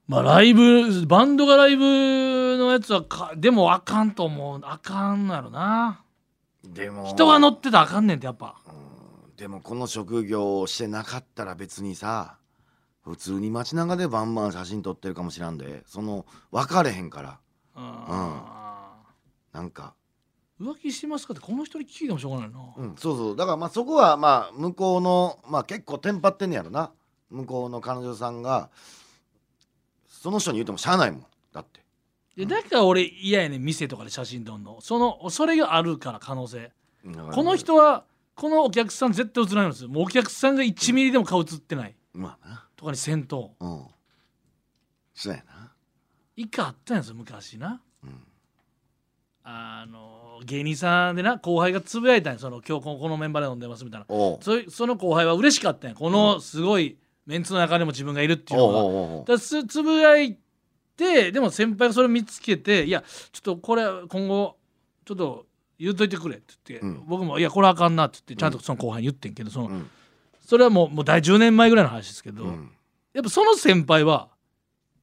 Speaker 3: まあライブバンドがライブのやつはかでもあかんと思うあかんのやろな
Speaker 4: でも
Speaker 3: 人が乗ってたらあかんねんってやっぱ
Speaker 4: でもこの職業をしてなかったら別にさ普通に街中でバンバン写真撮ってるかもしらんでその分かれへんから
Speaker 3: あ
Speaker 4: なんか、
Speaker 3: ー浮気してますかってこの人に聞いてもしょうがないな、
Speaker 4: うん、そうそうだからまあそこはまあ向こうのまあ結構テンパってんねやろな向こうの彼女さんがその人に言うてもしゃあないもんだって
Speaker 3: でだから俺嫌やねん店とかで写真撮んのそのそれがあるから可能性この人はこのお客さん絶対映らないんですよもうお客さんが1ミリでも顔映ってない
Speaker 4: まあな
Speaker 3: とかに戦闘
Speaker 4: うんそうやな
Speaker 3: 一回あったんですよ昔な
Speaker 4: うん
Speaker 3: あの芸人さんでな後輩がつぶやいたんやその今日ここのメンバーで飲んでますみたいな
Speaker 4: おう
Speaker 3: そいその後輩は嬉しかったんやこのすごいメンツの中でも自分がいるっていうの
Speaker 4: お
Speaker 3: が
Speaker 4: うおうおうおう
Speaker 3: だからすつぶやいてでも先輩がそれを見つけて「いやちょっとこれ今後ちょっと言うといてくれ」って言って、
Speaker 4: うん
Speaker 3: 僕も「いやこれあかんな」って言ってちゃんとその後輩に言ってんけどその、
Speaker 4: うん
Speaker 3: それはもうもう第10年前ぐらいの話ですけど、
Speaker 4: うん
Speaker 3: やっぱその先輩は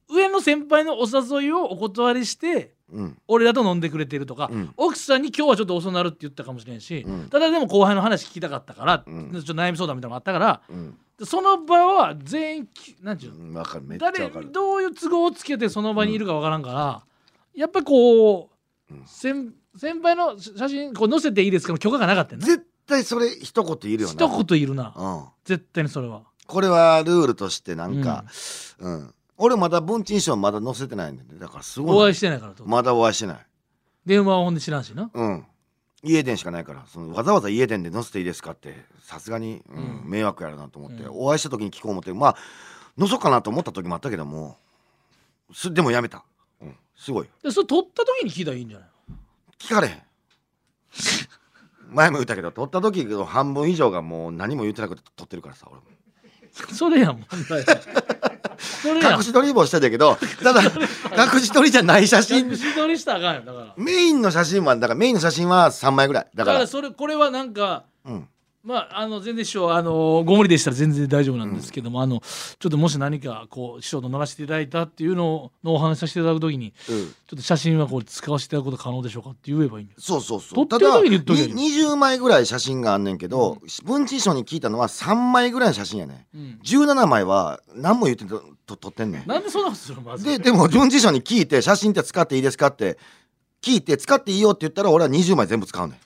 Speaker 3: 上の先輩のお誘いをお断りして
Speaker 4: うん
Speaker 3: 俺らと飲んでくれてるとか、
Speaker 4: うん
Speaker 3: 奥さんに今日はちょっと遅なるって言ったかもしれんし、
Speaker 4: うん
Speaker 3: ただでも後輩の話聞きたかったから、
Speaker 4: うん
Speaker 3: ちょっと悩み相談みたいなのもあったから
Speaker 4: うん
Speaker 3: でその場は全員きなんていうの
Speaker 4: うんわかるめっちゃ
Speaker 3: 誰
Speaker 4: わかる
Speaker 3: どういう都合をつけてその場にいるかわからんから、やっぱこう、
Speaker 4: うん
Speaker 3: 先先輩の写真こう載せていいですかの許可がなかったよな
Speaker 4: 絶対それ一言いるよな
Speaker 3: 一言いるな
Speaker 4: うん
Speaker 3: 絶対にそれは
Speaker 4: これはルールとしてなんか、うん俺まだ文鎮賞まだ載せてないんだよねだからす
Speaker 3: お
Speaker 4: ご
Speaker 3: 会
Speaker 4: い
Speaker 3: いしてないからと、
Speaker 4: まだお会いしてない
Speaker 3: 電話はほんで知らんしな
Speaker 4: うん家電しかないからそのわざわざ家電で載せていいですかってさすがに、うん
Speaker 3: うん
Speaker 4: 迷惑やろなと思って、
Speaker 3: うん
Speaker 4: お会いした時に聞こう思ってまあ載そうかなと思った時もあったけどもすでもやめた、うん、すごい
Speaker 3: でそれ撮った時に聞いたらいいんじゃない
Speaker 4: 聞かれへん前も言ったけど撮った時の半分以上がもう何も言ってなくて撮ってるからさ俺も
Speaker 3: それや ん問題はそれやん
Speaker 4: 隠し撮りもしてたけどただ 隠し撮りじゃない写真
Speaker 3: 隠し撮りしたらあかんよだから
Speaker 4: メインの写真はだからメインの写真は3枚ぐらいだか
Speaker 3: だかららそれこれはなんか
Speaker 4: うん
Speaker 3: まあ、あの全然師匠、あのご無理でしたら全然大丈夫なんですけども、あのちょっともし何かこう師匠と乗らせていただいたっていうののお話しさせていただくときに
Speaker 4: うん
Speaker 3: ちょっと写真はこう使わせていただくこと可能でしょうかって言えばいいんじゃ
Speaker 4: そうそうそう
Speaker 3: 撮ってる時に言っとけよ
Speaker 4: に20枚ぐらい写真があんねんけど文治書に聞いたのは3枚ぐらいの写真やね
Speaker 3: ない、うん、
Speaker 4: 17枚は何も言ってんとと撮ってんねん
Speaker 3: なんでそんなことするのまず
Speaker 4: ででも文治書に聞いて写真って使っていいですかって聞いて使っていいよって言ったら俺は20枚全部使うねん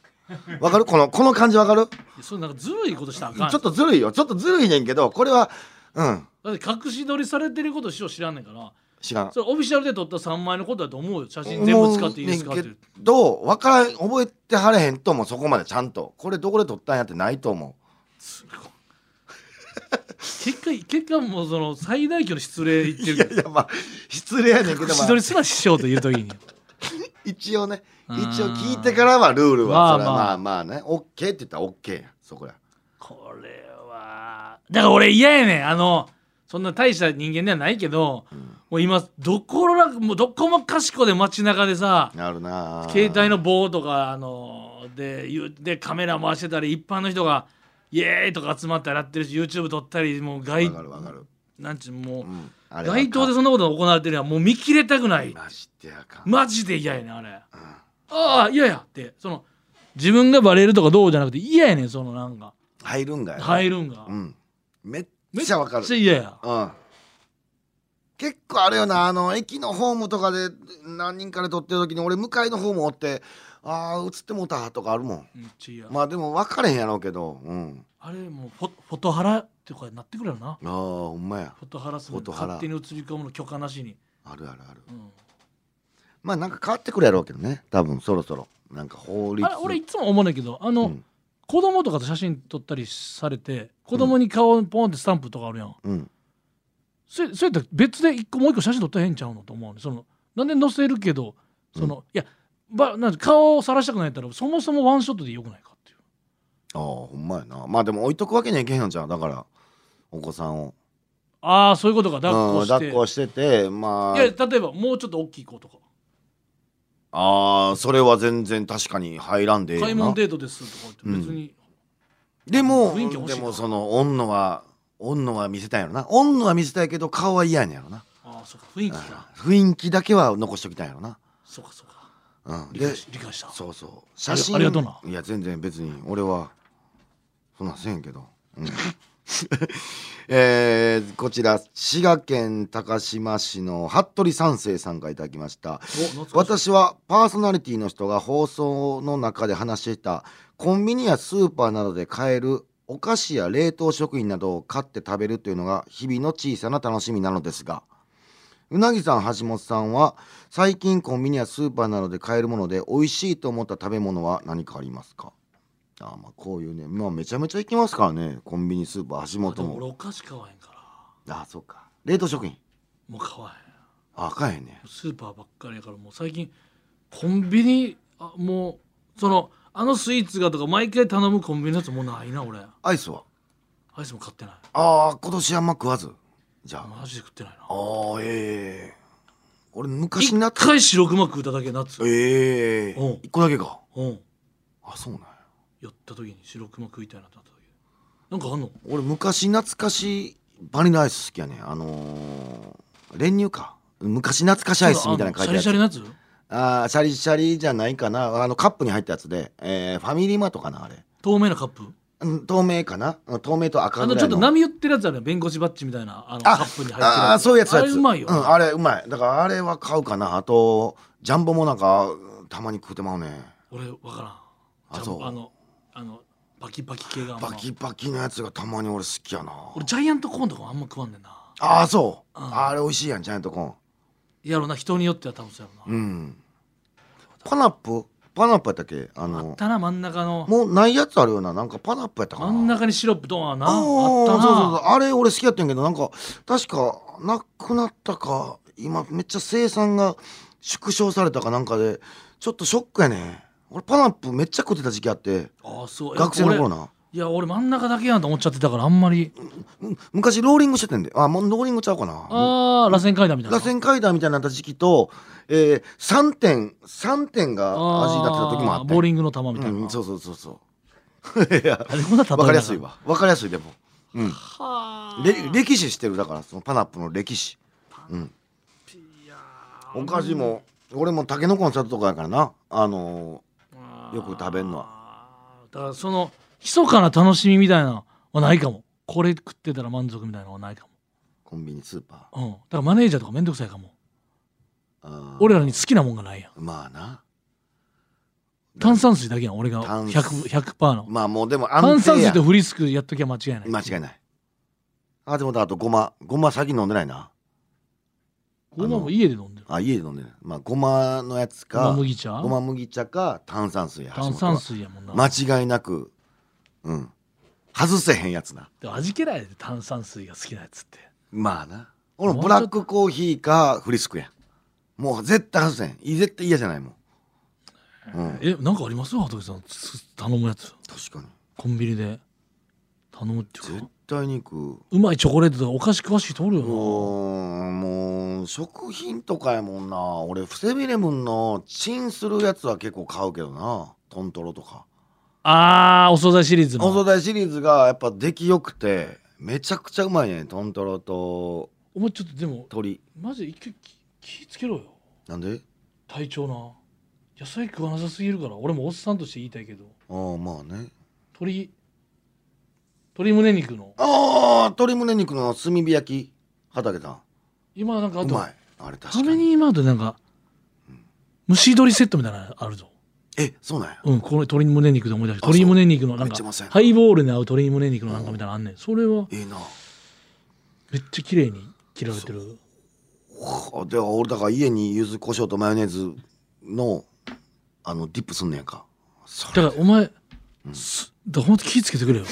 Speaker 4: わかるこのこの感じわかる
Speaker 3: それなんかずるいことしたらあかん
Speaker 4: ちょっとずるいよちょっとずるいねんけどこれはうん
Speaker 3: だって隠し撮りされてること師匠知らんねんから
Speaker 4: 知らん
Speaker 3: それオフィシャルで撮った3枚のことだと思うよ写真全部使っていいですかっ て
Speaker 4: 思うねんけど分からん覚えてはれへんともうそこまでちゃんとこれどこで撮ったんやってないと思
Speaker 3: すごい結果結果もうその最大級の失礼言っ
Speaker 4: う
Speaker 3: て
Speaker 4: いや
Speaker 3: る
Speaker 4: いやまあ失礼やねんけど、
Speaker 3: 隠
Speaker 4: ま
Speaker 3: し撮
Speaker 4: あ
Speaker 3: り、すら師匠と言うときに
Speaker 4: 一応ね
Speaker 3: うん
Speaker 4: 一応聞いてからはルールは
Speaker 3: ま
Speaker 4: そ
Speaker 3: あ
Speaker 4: れは
Speaker 3: まあ
Speaker 4: まあまあね OK って言ったら OK やそこや
Speaker 3: これはだから俺嫌やねんあのそんな大した人間ではないけど、もう今どこらもうどこもかしこで街中でさ
Speaker 4: なるなあ
Speaker 3: 携帯の棒とかあのでゆでカメラ回してたり一般の人がイエーイとか集まってやってるし YouTube 撮ったりもう街
Speaker 4: わかるわかる、
Speaker 3: なんちゅうも
Speaker 4: う
Speaker 3: う、
Speaker 4: ん、あれは
Speaker 3: 街頭でそんなことが行われてるやんもう見切れたくない
Speaker 4: ましてやかん、
Speaker 3: マジで嫌やねんあれあ
Speaker 4: うん
Speaker 3: あ嫌やってその自分がバレるとかどうじゃなくて嫌やねんそのなんか
Speaker 4: 入るんがや
Speaker 3: 入るんが、
Speaker 4: うんめっちゃわか
Speaker 3: めっ
Speaker 4: る
Speaker 3: ちゃ嫌や
Speaker 4: うん結構あれよなあの駅のホームとかで何人かで撮ってる時に俺向かいのホームおってああ映ってもうたとかあるもん
Speaker 3: めっちゃ嫌
Speaker 4: まあでも分かれへんやろうけどうん
Speaker 3: あれもうフォフォトハラとかになってくるよな
Speaker 4: ああほんまや
Speaker 3: フォトハラス
Speaker 4: フォトハラ
Speaker 3: 勝手に映り込むの許可なしに、
Speaker 4: あるあるある
Speaker 3: うん
Speaker 4: まあなんか変わってくるやろうけどね多分そろそろなんか法律
Speaker 3: あれ俺いつも思うねんだけどあの、
Speaker 4: うん
Speaker 3: 子供とかと写真撮ったりされて子供に顔にポンってスタンプとかあるやん、
Speaker 4: うん
Speaker 3: それそれって別で一個もう一個写真撮ったらええんちゃうのと思うねんそのなんで載せるけどその、いやばなんか顔を晒したくないんやったらそもそもワンショットでよくないかっていう
Speaker 4: ああほんまやなまあでも置いとくわけにはいけへんのじゃんだからお子さんを
Speaker 3: ああそういうことか抱っこ
Speaker 4: うん
Speaker 3: して,、
Speaker 4: 抱っこしててま
Speaker 3: い
Speaker 4: あ
Speaker 3: や例えばもうちょっと大きい子とか
Speaker 4: ああそれは全然確かに入らんでええよ
Speaker 3: 買い
Speaker 4: な
Speaker 3: 物デートですとか言って別に、
Speaker 4: でも
Speaker 3: 雰囲気欲しい
Speaker 4: で
Speaker 3: か
Speaker 4: もそのおんのはおんのは見せたいやろなおんのは見せたいけど顔は嫌やねんやろな
Speaker 3: ああそうか雰囲気か、
Speaker 4: 雰囲気だけは残しときたいやろな、
Speaker 3: そうかそうか。
Speaker 4: うん、
Speaker 3: 理
Speaker 4: で
Speaker 3: 解し理解した。
Speaker 4: そうそう写真
Speaker 3: ありがとうない
Speaker 4: や全然別に俺はそんなんせんけど、うん えーこちら滋賀県高島市の服部三世さんからいただきました
Speaker 3: お懐かしい
Speaker 4: 私はパーソナリティの人が放送の中で話していたコンビニやスーパーなどで買えるお菓子や冷凍食品などを買って食べるというのが日々の小さな楽しみなのですがうなぎさん橋本さんは最近コンビニやスーパーなどで買えるもので美味しいと思った食べ物は何かありますかあーまあこういうね、まあ、めちゃめちゃ行きますからねコンビニスーパー橋
Speaker 3: あで
Speaker 4: 本
Speaker 3: も俺
Speaker 4: も
Speaker 3: お菓子買わへんから
Speaker 4: ああそうか冷凍食品
Speaker 3: もう買わへん
Speaker 4: あかへんね
Speaker 3: スーパーばっかりやからもう最近コンビニあもうそのあのスイーツがとか毎回頼むコンビニのやつもうないな俺
Speaker 4: アイスは
Speaker 3: アイスも買ってない
Speaker 4: ああ今年あんま食わずじゃあ
Speaker 3: マジで食ってないな
Speaker 4: ああええ俺昔
Speaker 3: 一
Speaker 4: なった
Speaker 3: 回白熊食うただけ夏
Speaker 4: ええ
Speaker 3: うん
Speaker 4: 一個だけか
Speaker 3: うん
Speaker 4: あそうなんや
Speaker 3: 寄った時に白熊食いたいなってなった時なんかあんの
Speaker 4: 俺昔懐かしいバニラアイス好きやねんあのー、練乳か昔懐かしアイスみたいなの書いてある
Speaker 3: シャリシャリのやつ
Speaker 4: あーシャリシャリじゃないかなあのカップに入ったやつで、えー、ファミリーマートかなあれ
Speaker 3: 透明なカップ
Speaker 4: うん透明かなうん透明と赤
Speaker 3: あ
Speaker 4: ぐ
Speaker 3: の
Speaker 4: ら
Speaker 3: ちょ
Speaker 4: い
Speaker 3: っ
Speaker 4: の
Speaker 3: と波打ってるやつあるよ弁護士バッジみたいなあのカ
Speaker 4: あ
Speaker 3: ップに入ってる
Speaker 4: ああそういうやつ
Speaker 3: あ
Speaker 4: やつ
Speaker 3: れうまいよ、
Speaker 4: うん、あれうまいだからあれは買うかなあとジャンボもなんかたまに食うてまうね
Speaker 3: 俺分からん
Speaker 4: あそう
Speaker 3: ジャンあのあのバキバキ系があんま
Speaker 4: バキバキのやつがたまに俺好きやな
Speaker 3: 俺ジャイアントコーンとかもあんま食わんねんな
Speaker 4: ああそう、
Speaker 3: うん
Speaker 4: あれ美味しいやんジャイアントコーン
Speaker 3: やろな人によっては多分そうやろな、
Speaker 4: うんパナップパナップやったっけあ
Speaker 3: あっ
Speaker 4: の
Speaker 3: たな真ん中の
Speaker 4: もうないやつあるようななんかパナップやったかな
Speaker 3: 真ん中にシロップドーンな
Speaker 4: あー
Speaker 3: あったな
Speaker 4: そうそうそうあれ俺好きやったんやけどなんか確かなくなったか今めっちゃ生産が縮小されたかなんかでちょっとショックやね俺パナップめっちゃ食ってた時期あって
Speaker 3: あーそうえ
Speaker 4: 学生の頃
Speaker 3: 俺
Speaker 4: ない
Speaker 3: や俺真ん中だけやんと思っちゃってたからあんまり
Speaker 4: うん昔ローリングしててんであもうローリングちゃうかな
Speaker 3: ああ螺旋階段みたいな
Speaker 4: 螺旋階段みたいになった時期と、えー、3点3点が味になってた時もあ
Speaker 3: ー
Speaker 4: って
Speaker 3: ボーリングの球みたいな、
Speaker 4: うん、そうそうそうそう いや
Speaker 3: あれこんな例え
Speaker 4: わかりやすいわわかりやすいでもうん
Speaker 3: はあ
Speaker 4: れ歴史してるだからそのパナップの歴史
Speaker 3: いやー
Speaker 4: お菓子も俺もタケノコの里とかやからなあの
Speaker 3: あー
Speaker 4: よく食べんの
Speaker 3: だからその密かな楽しみみたいなのはないかもこれ食ってたら満足みたいなのはないか
Speaker 4: ーコンビニスーパ
Speaker 3: もうんだからマネージャーとかめんどくさいかも
Speaker 4: ーあー
Speaker 3: 俺らに好きなもんがないやん
Speaker 4: まあな
Speaker 3: 炭酸水だけやん俺が
Speaker 4: 炭
Speaker 3: 100%, 100%の
Speaker 4: まあもうでも
Speaker 3: 炭
Speaker 4: 安
Speaker 3: 酸
Speaker 4: 定
Speaker 3: 水
Speaker 4: や
Speaker 3: とフリスクやっときゃ間違いない
Speaker 4: 間違いないあでもだあとごまごま最近飲んでないな
Speaker 3: ごまも家で飲んでる
Speaker 4: あ家で飲んでないまあごまのやつ
Speaker 3: ご
Speaker 4: か
Speaker 3: ま麦茶
Speaker 4: ごま麦茶か炭酸水や
Speaker 3: 炭酸水やもんな、
Speaker 4: 間違いなくうん外せへんやつな
Speaker 3: でも味気ないで炭酸水が好きなやつって
Speaker 4: まあな俺
Speaker 3: も
Speaker 4: も
Speaker 3: う
Speaker 4: ブラックコーヒーかフリスクやもう絶対外せんい絶対嫌じゃないもんうん
Speaker 3: えなんかあります羽鳥さんつ頼むやつ
Speaker 4: 確かに
Speaker 3: コンビニで頼むっていう
Speaker 4: 絶
Speaker 3: か
Speaker 4: 対に食う
Speaker 3: うまいチョコレートとかお菓子詳しい人おる
Speaker 4: う
Speaker 3: よ
Speaker 4: ーんもう食品とかやもんな俺フセミレムンのチンするやつは結構買うけどなトントロとか
Speaker 3: なあーお惣菜シリーズ
Speaker 4: お
Speaker 3: の
Speaker 4: 惣菜シリーズがやっぱ出来よくてめちゃくちゃうまいねトントロと
Speaker 3: お前ちょっとでも
Speaker 4: 鶏
Speaker 3: マジで一回き気ぃつけろよ
Speaker 4: なんで
Speaker 3: 体調な野菜食わなさすぎるから俺もおっさんとして言いたいけど
Speaker 4: ああまあね
Speaker 3: 鶏鶏胸肉の
Speaker 4: ああ鶏胸肉の炭火焼き畑さん
Speaker 3: 今なんかあ
Speaker 4: う
Speaker 3: と
Speaker 4: まいあれ確か
Speaker 3: ため
Speaker 4: に
Speaker 3: に今までなんか蒸し鶏セットみたいなのあるぞ
Speaker 4: えそうなんや
Speaker 3: うんこれ鶏胸肉で思い出した
Speaker 4: あそう
Speaker 3: 鶏胸肉のなん
Speaker 4: めっちゃう
Speaker 3: か
Speaker 4: まそうやな
Speaker 3: ハイボールに合う鶏胸肉のなんかみたいなのあんねんそれはい
Speaker 4: いな
Speaker 3: めっちゃ綺麗に切られてる
Speaker 4: あでは俺だから家に柚子胡椒とマヨネーズのあのディップすんねやんかそ
Speaker 3: だ
Speaker 4: れ
Speaker 3: からお前、すだからほんと気ぃつけてくれよ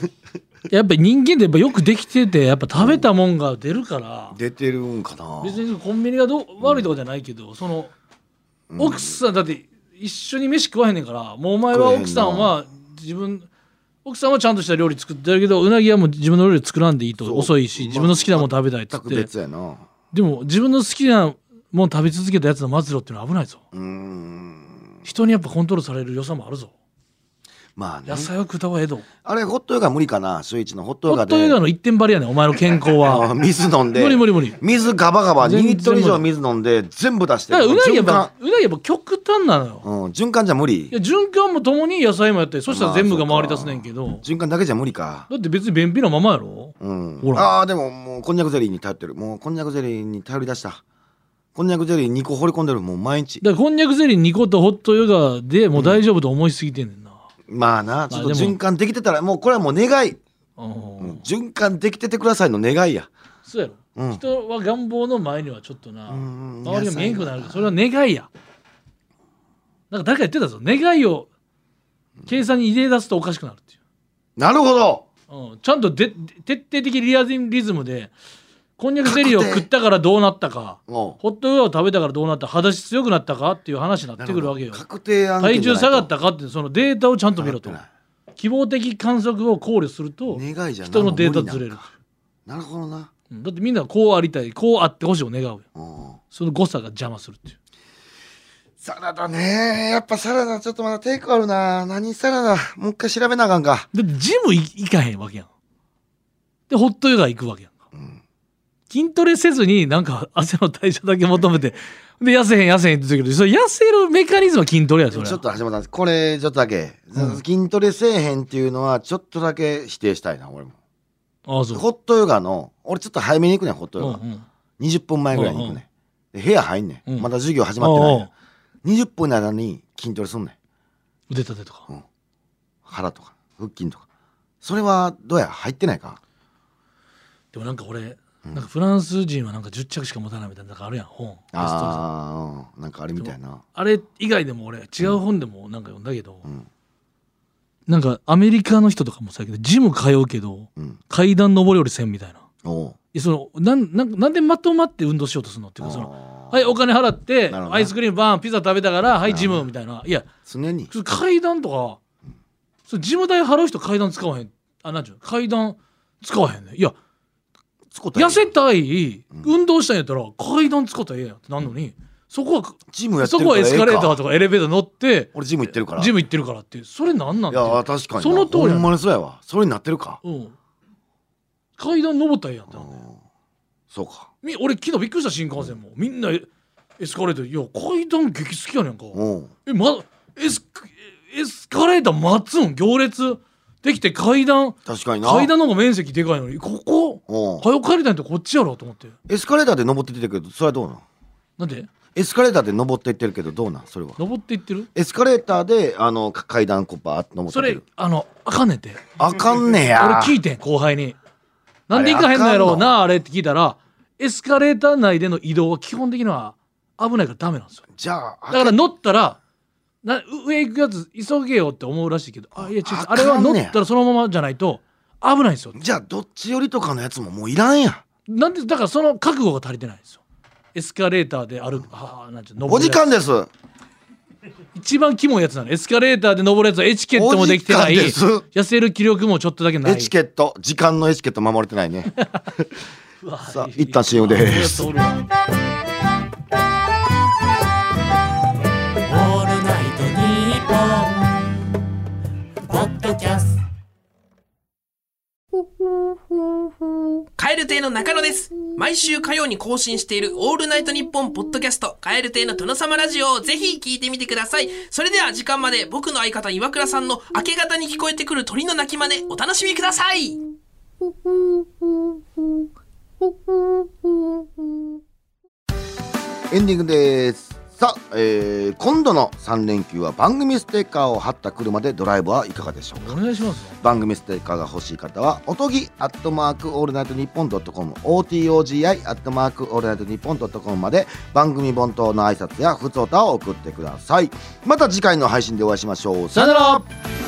Speaker 3: やっぱり人間ってやっぱよくできててやっぱ食べたもんが出るから、
Speaker 4: 出てるんかな
Speaker 3: 別にコンビニがどう悪いとかじゃないけど、その奥さんだって一緒に飯食わへんねんからもうお前は
Speaker 4: 食えへんな
Speaker 3: 奥さんは自分奥さんはちゃんとした料理作ってるけどうなぎはもう自分の料理作らんでいいと
Speaker 4: そう
Speaker 3: 遅いし
Speaker 4: まあ
Speaker 3: 自分の好きなもん食べたいっつ
Speaker 4: 全
Speaker 3: っ
Speaker 4: く
Speaker 3: て
Speaker 4: 別やな
Speaker 3: でも自分の好きなもん食べ続けたやつの末路っていうのは危ないぞ
Speaker 4: うーん
Speaker 3: 人にやっぱコントロールされる良さもあるぞ
Speaker 4: まあね
Speaker 3: 野菜を食った方がええと
Speaker 4: あれホットヨガ無理かな週一のホットヨ
Speaker 3: ホッ
Speaker 4: ガで
Speaker 3: トヨガの一点張りやねんお前の健康
Speaker 4: あ
Speaker 3: は
Speaker 4: ー水飲 んで
Speaker 3: 無理無理無理だか
Speaker 4: 水ガバガバ2
Speaker 3: 全然
Speaker 4: リットル以上水飲んで全部出して
Speaker 3: らうなぎや
Speaker 4: 循環
Speaker 3: っぱうなぎやっぱ極端なのよ
Speaker 4: うん循環じゃ無
Speaker 3: い
Speaker 4: 理
Speaker 3: や循環もともに野菜もやってそしたら全部が回り出すねんけど、
Speaker 4: 循環だけじゃ無理か
Speaker 3: だって別に便秘なままやろ
Speaker 4: うん
Speaker 3: ほら
Speaker 4: ああーでももうこんにゃくゼリーに頼ってるもうこんにゃくゼリーに頼り出したこんにゃくゼリー2個放り込んでるもう毎日
Speaker 3: だからこんにゃくゼリー2個とホットヨガでもう大丈夫と思いすぎてんねんな、
Speaker 4: まあなちょっと
Speaker 3: でも
Speaker 4: 循環できてたらもうこれはもう願い、
Speaker 3: うん
Speaker 4: うん循環できててくださいの願いや
Speaker 3: そうやろ、
Speaker 4: うん
Speaker 3: 人は願望の前にはちょっとな、
Speaker 4: うん
Speaker 3: 周りが見えんくなる
Speaker 4: 野菜
Speaker 3: それは願いやなんか誰か言ってたぞ願いを計算に入れ出すとおかしくなるっていう
Speaker 4: なるほど
Speaker 3: うん、ちゃんとで徹底的リアリズムでこんにゃくゼリーを食ったからどうなったか
Speaker 4: も
Speaker 3: ホットヨガを食べたからどうなった肌質強くなったかっていう話にな
Speaker 4: う
Speaker 3: ってくるわけよ
Speaker 4: 確定案
Speaker 3: 体
Speaker 4: 件じゃ
Speaker 3: 重
Speaker 4: ないと
Speaker 3: 下がったかってそのデータをちゃんと見ろと
Speaker 4: 上がって
Speaker 3: 希望的観測を考慮すると
Speaker 4: ない願いじゃ
Speaker 3: 人のデータずれ
Speaker 4: な
Speaker 3: る
Speaker 4: んかなるほどな、
Speaker 3: うんだってみんなこうありたいこうあってほしいを願うよ
Speaker 4: うん、
Speaker 3: その誤差が邪魔するっていう
Speaker 4: サラダねやっぱサラダちょっとまだテイクあるな何サラダもう一回調べなあかんか
Speaker 3: だってジムい行かへんわけやんでホットヨガ行くわけやんか、筋トレせずになんか汗の代謝だけ求めて で痩せへん痩せへんって言ってるけどそれ痩せるメカニズムは筋トレやそれは
Speaker 4: ちょっと橋本さんこれちょっとだけ、筋トレせえへんっていうのはちょっとだけ否定したいな俺も
Speaker 3: ああそう
Speaker 4: ホットヨガの俺ちょっと早めに行くねんホット
Speaker 3: う
Speaker 4: ヨ
Speaker 3: ん
Speaker 4: ガ、
Speaker 3: うん
Speaker 4: 20分前ぐらいに行くねん、で部屋入んねん、
Speaker 3: うん
Speaker 4: まだ授業始まってない、
Speaker 3: おうおう
Speaker 4: 20分の間に筋トレすんねん
Speaker 3: 腕立てとか
Speaker 4: 腹とか腹筋とかそれはどうや入ってないか
Speaker 3: でもなんか俺なんかフランス人はなんか10着しか持たないみたいななんかあるやん本ベストセラー
Speaker 4: ああーうんなんかあれみたいな
Speaker 3: あれ以外でも俺違う本でもなんか読んだけど、
Speaker 4: ん
Speaker 3: なんかアメリカの人とかもそうやけどジム通うけど
Speaker 4: うん
Speaker 3: 階段上り下りせんみたいな。
Speaker 4: おう
Speaker 3: いやそのなんなんなんでまとまって運動しようとするのっていうかその
Speaker 4: あー
Speaker 3: はいお金払って
Speaker 4: なるほどな
Speaker 3: アイスクリームバーンピザ食べたからはいジムみたいないや
Speaker 4: 常に
Speaker 3: それ階段とかそれジム代払う人階段使わへんあなんちゅうの階段使わへんねいや痩せたい、運動したいんやったら階段使ったらええやんってなんのに、そこは
Speaker 4: ジムやって
Speaker 3: そ
Speaker 4: る
Speaker 3: こ
Speaker 4: から
Speaker 3: は
Speaker 4: ええか
Speaker 3: エスカレーターとかエレベーター乗って
Speaker 4: 俺ジム行ってるから
Speaker 3: ジム行ってるからってそれなんなん
Speaker 4: い
Speaker 3: ていう
Speaker 4: や確かにな
Speaker 3: その通りやね
Speaker 4: ほんまにそうやわそれになってるか
Speaker 3: うん、階段登ったらええやんってなん
Speaker 4: う
Speaker 3: ね
Speaker 4: んそうか
Speaker 3: み俺昨日びっくりした新幹線もみんなエスカレーターいや階段激好きやねんか
Speaker 4: うん
Speaker 3: えまエスカエスカレーター待つん行列できて階段
Speaker 4: 確かにな
Speaker 3: 階段の方が面積でかいのにここ
Speaker 4: うん
Speaker 3: 早く帰りたいんってこっちやろと思って
Speaker 4: エスカレーターで登ってってるけどそれはどうなん
Speaker 3: なんで
Speaker 4: エスカレーターで登っていってるけどどうなんそれは
Speaker 3: 登っていってる
Speaker 4: エスカレーターであのか階段こうバーッと登って
Speaker 3: そ
Speaker 4: って
Speaker 3: れ
Speaker 4: る
Speaker 3: あのあかんねんて
Speaker 4: あかんね
Speaker 3: 俺
Speaker 4: や
Speaker 3: 聞いてん後輩に「なんで行かへんのや
Speaker 4: あ
Speaker 3: ろ
Speaker 4: かんの
Speaker 3: なあれ」って聞いたらエスカレーター内での移動は基本的には危ないからダメなんですよ
Speaker 4: じゃああ
Speaker 3: だから乗ったらな上行くやつ急げよって思うらしいけどあいや違う
Speaker 4: あ
Speaker 3: あれは
Speaker 4: あか
Speaker 3: 乗
Speaker 4: んねや
Speaker 3: ったらそのままじゃないと危ないんですよ
Speaker 4: じゃあどっち寄りとかのやつももういらんやん
Speaker 3: なんでだからその覚悟が足りてないんですよエスカレーターで歩くああなんていうの
Speaker 4: お
Speaker 3: 登
Speaker 4: 時
Speaker 3: るやつ
Speaker 4: 間です
Speaker 3: 一番キモいやつなのエスカレーターで登るやつはエチケットもできてない
Speaker 4: お時間で
Speaker 3: 痩せる気力もちょっとだけない
Speaker 4: エチケット時間のエチケット守れてないね さあ一旦 CM でーす
Speaker 3: オールナイトニッポンポッドキャスト
Speaker 2: 蛙亭の中野です。毎週火曜に更新しているオールナイトニッポンポッドキャスト、蛙亭の殿様ラジオをぜひ聞いてみてください。それでは時間まで僕の相方岩倉さんの明け方に聞こえてくる鳥の鳴き真似、お楽しみください。
Speaker 4: エンディングですさあ、えー今度の3連休は番組ステッカーを貼った車でドライブはいかがでしょうか
Speaker 3: お願いしますよ
Speaker 4: 番組ステッカーが欲しい方はおとぎアットマークオールナイトニッポンドットコム OTOGI アットマークオールナイトニッポンドットコムまで番組本当の挨拶やふつおたを送ってくださいまた次回の配信でお会いしましょうさよなら
Speaker 3: ら